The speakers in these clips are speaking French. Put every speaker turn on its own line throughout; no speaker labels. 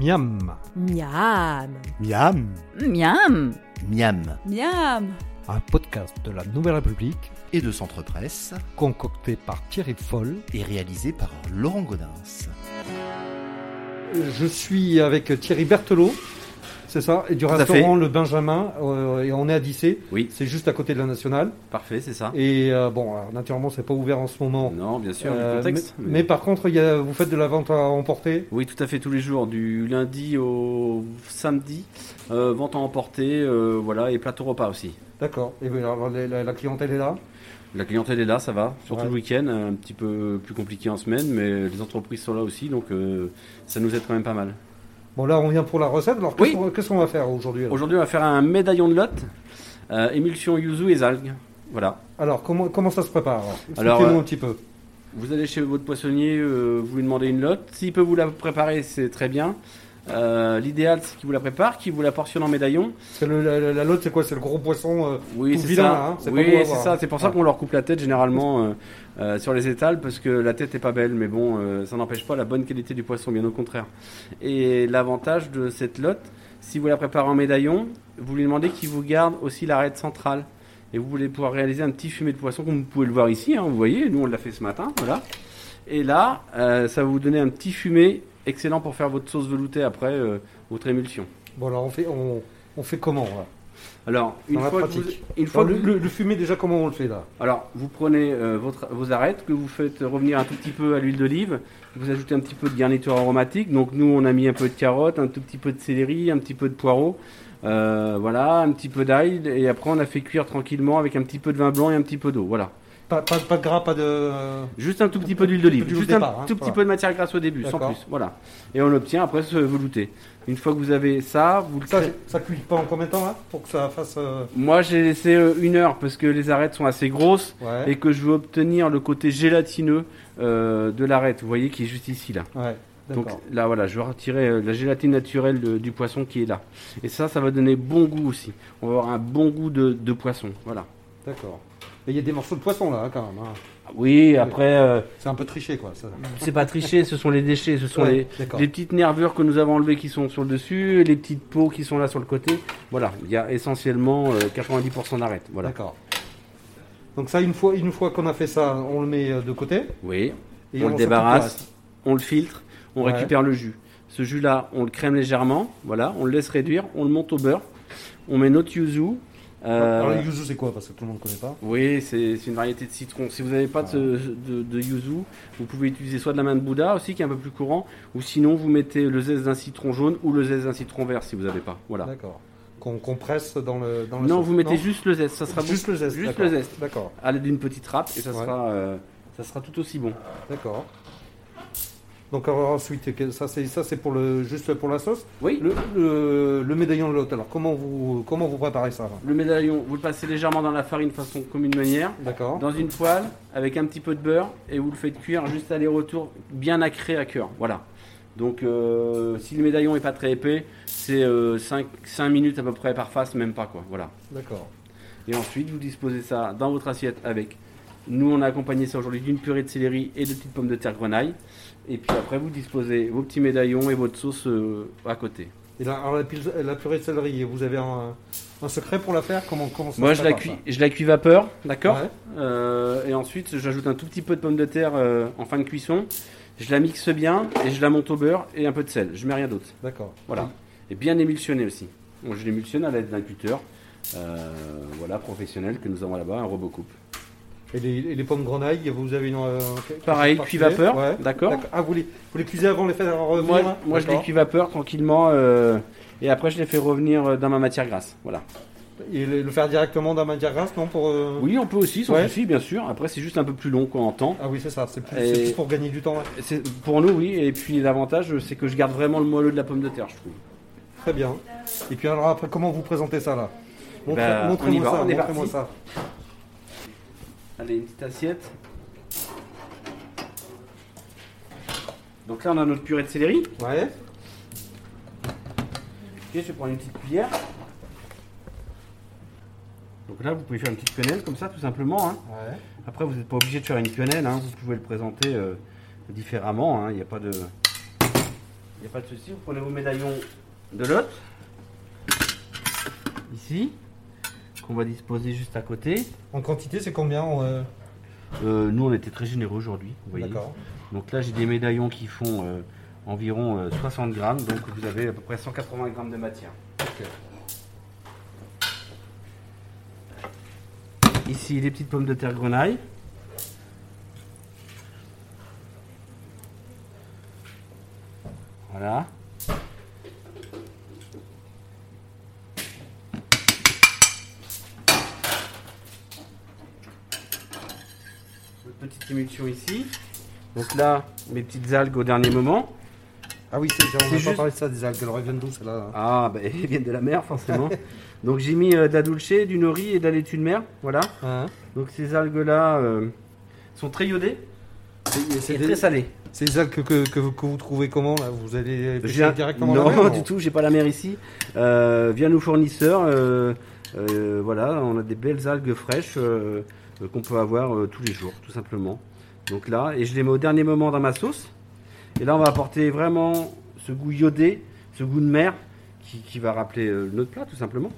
Miam.
Miam.
Miam.
Miam.
Miam
Miam.
Un podcast de la Nouvelle République
et de Centre Presse
concocté par Thierry Foll.
est réalisé par Laurent Godin.
Je suis avec Thierry Berthelot. C'est ça, et du
à
restaurant Le Benjamin, euh, et on est à Dissé,
Oui,
c'est juste à côté de la Nationale.
parfait, c'est ça.
Et euh, bon, alors, naturellement, c'est pas ouvert en ce moment.
Non, bien sûr,
Euh,
le contexte.
mais, mais par contre, il y a- vous faites de la vente à emporter.
Oui, tout à fait, tous les jours, du lundi au samedi, euh, vente à emporter, euh, voilà, et plateau repas aussi.
D'accord. Et bien, alors, la, la- la clientèle est là.
La clientèle est là, ça va, surtout
Ouais.
le week-end, un petit peu plus compliqué en semaine, mais les entreprises sont là aussi, donc euh, ça nous aide quand même pas mal.
Bon, là, on vient pour la recette. Alors, qu'est-ce
Oui.
qu'on- qu'est-ce qu'on va faire aujourd'hui alors
Aujourd'hui, on va faire un médaillon de lotte, euh, émulsion yuzu et algues. Voilà.
Alors, comment, comment ça se prépare
Alors,
Expliquez-nous
euh,
un petit peu.
Vous allez chez votre poissonnier, euh, vous lui demandez une lotte. S'il peut vous la préparer, c'est très bien. Euh, L'idéal, c'est qu'il vous la prépare, qu'il vous la portionne en médaillon.
C'est le- la, la- la lotte, c'est quoi C'est le gros poisson euh,
Oui,
Tout
c'est
vilain,
ça.
hein, c'est
oui,
pas beau à
c'est
voir.
ça. C'est pour ça
Ouais.
qu'on leur coupe la tête généralement euh, euh, sur les étals parce que la tête est pas belle, mais bon, euh, ça n'empêche pas la bonne qualité du poisson, bien au contraire. Et l'avantage de cette lotte, si vous la préparez en médaillon, vous lui demandez qu'il vous garde aussi l'arête centrale. Et vous voulez pouvoir réaliser un petit fumet de poisson, comme vous pouvez le voir ici. hein, vous voyez, nous on l'a fait ce matin, voilà. Et là, euh, ça va vous donner un petit fumet excellent pour faire votre sauce veloutée après euh, votre émulsion.
Bon, alors, on fait, on, on fait comment là
Alors, une
Dans la
fois, que vous-
pratique.
une fois
Alors,
que
le,
vous-
le- le fumet, déjà, comment on le fait là
Alors, vous prenez euh, votre, vos arêtes, que vous faites revenir un tout petit peu à l'huile d'olive, vous ajoutez un petit peu de garniture aromatique. Donc, nous, on a mis un peu de carotte, un tout petit peu de céleri, un petit peu de poireau, euh, voilà, un petit peu d'ail, et après, on a fait cuire tranquillement avec un petit peu de vin blanc et un petit peu d'eau, voilà.
pas, pas, pas de gras, pas de. euh,
Juste un tout petit peu d'huile d'olive,
D'huile au
juste un
départ, hein,
tout petit
voilà.
peu de matière grasse au début, sans
D'accord.
plus, voilà. Et on obtient après ce velouté. Une fois que vous avez ça, vous le
Ça,
traitez-
ça cuit pas en combien de temps là Pour que ça fasse. euh,
Moi, j'ai laissé euh, une heure parce que les arêtes sont assez grosses.
Ouais.
et que je veux obtenir le côté gélatineux euh, de l'arête, vous voyez, qui est juste ici là.
Ouais.
Donc
D'accord.
là, voilà, je vais retirer euh, la gélatine naturelle de- du poisson qui est là. Et ça, ça va donner bon goût aussi. On va avoir un bon goût de, de poisson, voilà.
D'accord. Et il y a des morceaux de poisson là, hein, quand même. hein.
Oui,
après,
après, euh,
C'est un peu triché quoi. Ça.
c'est pas triché, ce sont les déchets, ce sont
Ouais,
les,
D'accord.
les petites nervures que nous avons enlevées qui sont sur le dessus, les petites peaux qui sont là sur le côté. Voilà, il y a essentiellement euh, 90% d'arête, voilà.
D'accord. Donc ça, une fois, une fois qu'on a fait ça, on le met euh, de côté.
Oui,
Et
on
s'occupe
le
du
débarrasse,
reste.
on le filtre, on
Ouais.
récupère le jus. Ce jus-là, on le crème légèrement, voilà, on le laisse réduire, on le monte au beurre, on met notre yuzu. euh,
Alors le yuzu c'est quoi Parce que tout le monde connaît pas.
oui, c'est c'est une variété de citron. Si vous n'avez pas de, ce- de- de yuzu, vous pouvez utiliser soit de la main de Bouddha aussi, qui est un peu plus courant, ou sinon vous mettez le zeste d'un citron jaune ou le zeste d'un citron vert si vous n'avez pas. Voilà.
D'accord. Qu'on qu'on presse dans le. Dans le
Non,
sauce.
vous mettez juste le zeste, ça sera bon.
Juste le zeste.
Juste
d'accord.
le zeste.
D'accord.
À l'aide d'une petite râpe et ça
Ouais.
sera, euh, ça sera tout aussi bon.
D'accord. Donc alors, ensuite, que- ça c'est ça c'est pour le juste pour la sauce.
Oui.
Le, le, le médaillon de l'hôte. Alors comment vous comment vous préparez ça
Le médaillon, vous le passez légèrement dans la farine façon comme une manière,
D'accord.
dans une poêle avec un petit peu de beurre et vous le faites cuire juste aller-retour bien acré à cœur. Voilà. Donc euh, si le médaillon est pas très épais, c'est 5, minutes à peu près par face, même pas quoi. Voilà.
D'accord.
Et ensuite vous disposez ça dans votre assiette avec. Nous on a accompagné ça aujourd'hui d'une purée de céleri et de petites pommes de terre grenaille. Et puis après vous disposez vos petits médaillons et votre sauce euh, à côté.
Et là, alors la, pil- la purée de céleri, vous avez un, un secret pour la faire Comment comment ça
Moi
se
je la
prépare,
cuis, je la cuis vapeur,
ça
d'accord
Ouais.
Euh, et ensuite, j'ajoute un tout petit peu de pommes de terre euh, en fin de cuisson. Je la mixe bien et je la monte au beurre et un peu de sel. Je mets rien d'autre.
D'accord.
Voilà. Et bien émulsionné aussi. Bon, je l'émulsionne à l'aide d'un cutter. euh, voilà, professionnel que nous avons là-bas, un robot coupe.
Et les, et les pommes grenailles, vous avez une. euh, quelque
Pareil,
chose de
cuit
particulier
vapeur,
Ouais.
d'accord
Ah, vous les, vous les cuisez avant de les faire revenir
Moi,
là
moi, je les
D'accord.
cuis vapeur tranquillement euh, et après je les fais revenir euh, dans ma matière grasse. Voilà.
Et le, le faire directement dans la matière grasse, non pour, euh,
Oui, on peut aussi, sans
Ouais.
souci, bien sûr. Après, c'est juste un peu plus long quoi, en temps.
Ah oui, c'est ça, c'est plus,
Et-
c'est plus pour gagner du temps. ouais.
C'est- Pour nous, oui. Et puis l'avantage, c'est que je garde vraiment le moelleux de la pomme de terre, je trouve.
Très bien. Et puis alors, après, comment vous présentez ça là Montrez-
Bah, on y
Montrez-moi
va,
ça,
on est
montrez-moi
parti.
ça.
Allez, une petite assiette. Donc là, on a notre purée de céleri. Ok,
Ouais,
je vais prendre une petite cuillère. Donc là, vous pouvez faire une petite quenelle comme ça, tout simplement. hein.
ouais.
Après, vous n'êtes pas obligé de faire une quenelle. hein. Vous pouvez le présenter euh, différemment. hein. Il n'y a pas de. Il n'y a pas de souci, vous prenez vos médaillons de l'autre, ici, qu'on va disposer juste à côté.
En quantité, c'est combien en, euh,
Euh, nous, on était très généreux aujourd'hui, vous voyez.
D'accord.
Donc là, j'ai des médaillons qui font euh, environ euh, 60 grammes, donc vous avez à peu près 180 grammes de matière. Ici, les petites pommes de terre grenaille. Voilà. Une petite émulsion ici. Donc là, mes petites algues au dernier moment.
Ah oui, c'est- j'ai- on n'a
juste-
pas parlé de ça, des algues. Elles reviennent d'où, celles-là là
Ah, ben, ils viennent de la mer, forcément. Donc j'ai mis euh, de la dulce, du nori et de la laitue de mer. Voilà.
Hein
Donc ces algues-là euh, sont très iodées
C'est-
et
C'est
très
des,
salées.
c'est des algues que, que, que vous- que vous trouvez comment là Vous allez les
J'ai un-
pêcher directement
non,
la mer,
du tout, j'ai pas la mer ici. Euh, via nos fournisseurs, euh, euh, voilà, on a des belles algues fraîches euh, euh, qu'on peut avoir euh, tous les jours, tout simplement. Donc là, et je les mets au dernier moment dans ma sauce. Et là, on va apporter vraiment ce goût iodé, ce goût de mer qui, qui va rappeler euh, notre plat, tout simplement.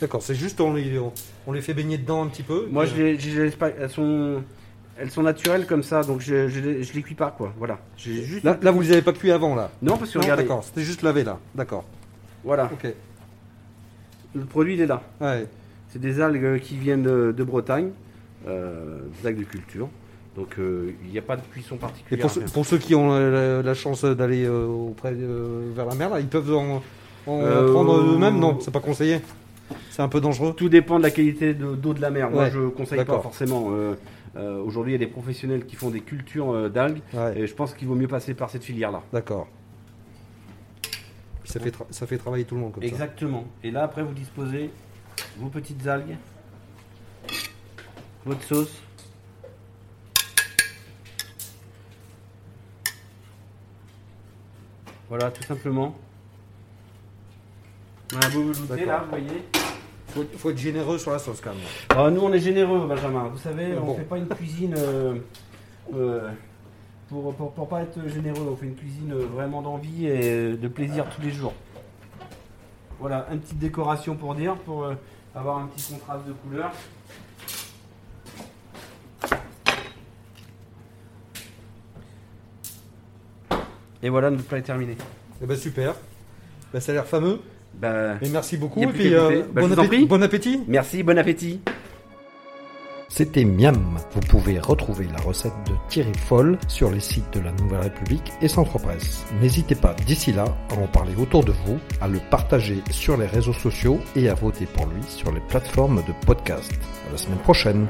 D'accord, c'est juste on les, on, on les fait baigner dedans un petit peu.
Moi,
et- euh,
je les, je les laisse pas- elles sont, elles sont naturelles comme ça, donc je, je, les- je les cuis pas, quoi. Voilà. J'ai juste.
Là, là, vous les avez pas cuits avant là.
Non, parce que
Non,
regardez,
d'accord, c'était juste lavé là. D'accord.
voilà,
Ok.
le produit il est là.
Ouais.
C'est des algues qui viennent de, de Bretagne, euh, des algues de culture. Donc euh, il n'y a pas de cuisson
Et
particulière.
pour, ceux- pour ceux qui ont euh, la, la chance d'aller euh, auprès euh, vers la mer, là, ils peuvent en, en
Euh,
prendre eux-mêmes Non, c'est pas conseillé. C'est un peu dangereux.
Tout dépend de la qualité de- d'eau de la mer. Moi
Ouais,
je conseille pas
d'accord.
forcément. Euh, euh, Aujourd'hui il y a des professionnels qui font des cultures euh, d'algues
Ouais.
et je pense qu'il vaut mieux passer par cette filière là.
D'accord. Puis Ça fait, tra- ça fait travailler tout le monde comme ça.
Exactement. Et là après vous disposez vos petites algues, votre sauce. Voilà, tout simplement. Voilà, vous vous doutez
D'accord.
là, vous voyez.
Faut, faut être généreux sur la sauce quand même.
Ah, nous, on est généreux, Benjamin. Vous savez, on
Bon.
fait pas une cuisine euh, euh, pour, pour, pour pas être généreux. On fait une cuisine euh, vraiment d'envie et euh, de plaisir tous les jours. Voilà, une petite décoration pour dire, pour euh, avoir un petit contraste de couleurs. Et voilà, notre plat est terminé.
Eh ben super. Ben, ça a l'air fameux.
Bah,
Et merci beaucoup.
Y a
Et
plus
puis
qu'à goûter.
euh,
Ben, je
bon,
vous en
appétit,
prie.
bon appétit.
merci, bon appétit
C'était Miam. Vous pouvez retrouver la recette de Thierry Foll sur les sites de la Nouvelle République et Centre Presse. N'hésitez pas d'ici là à en parler autour de vous, à le partager sur les réseaux sociaux et à voter pour lui sur les plateformes de podcast. À la semaine prochaine.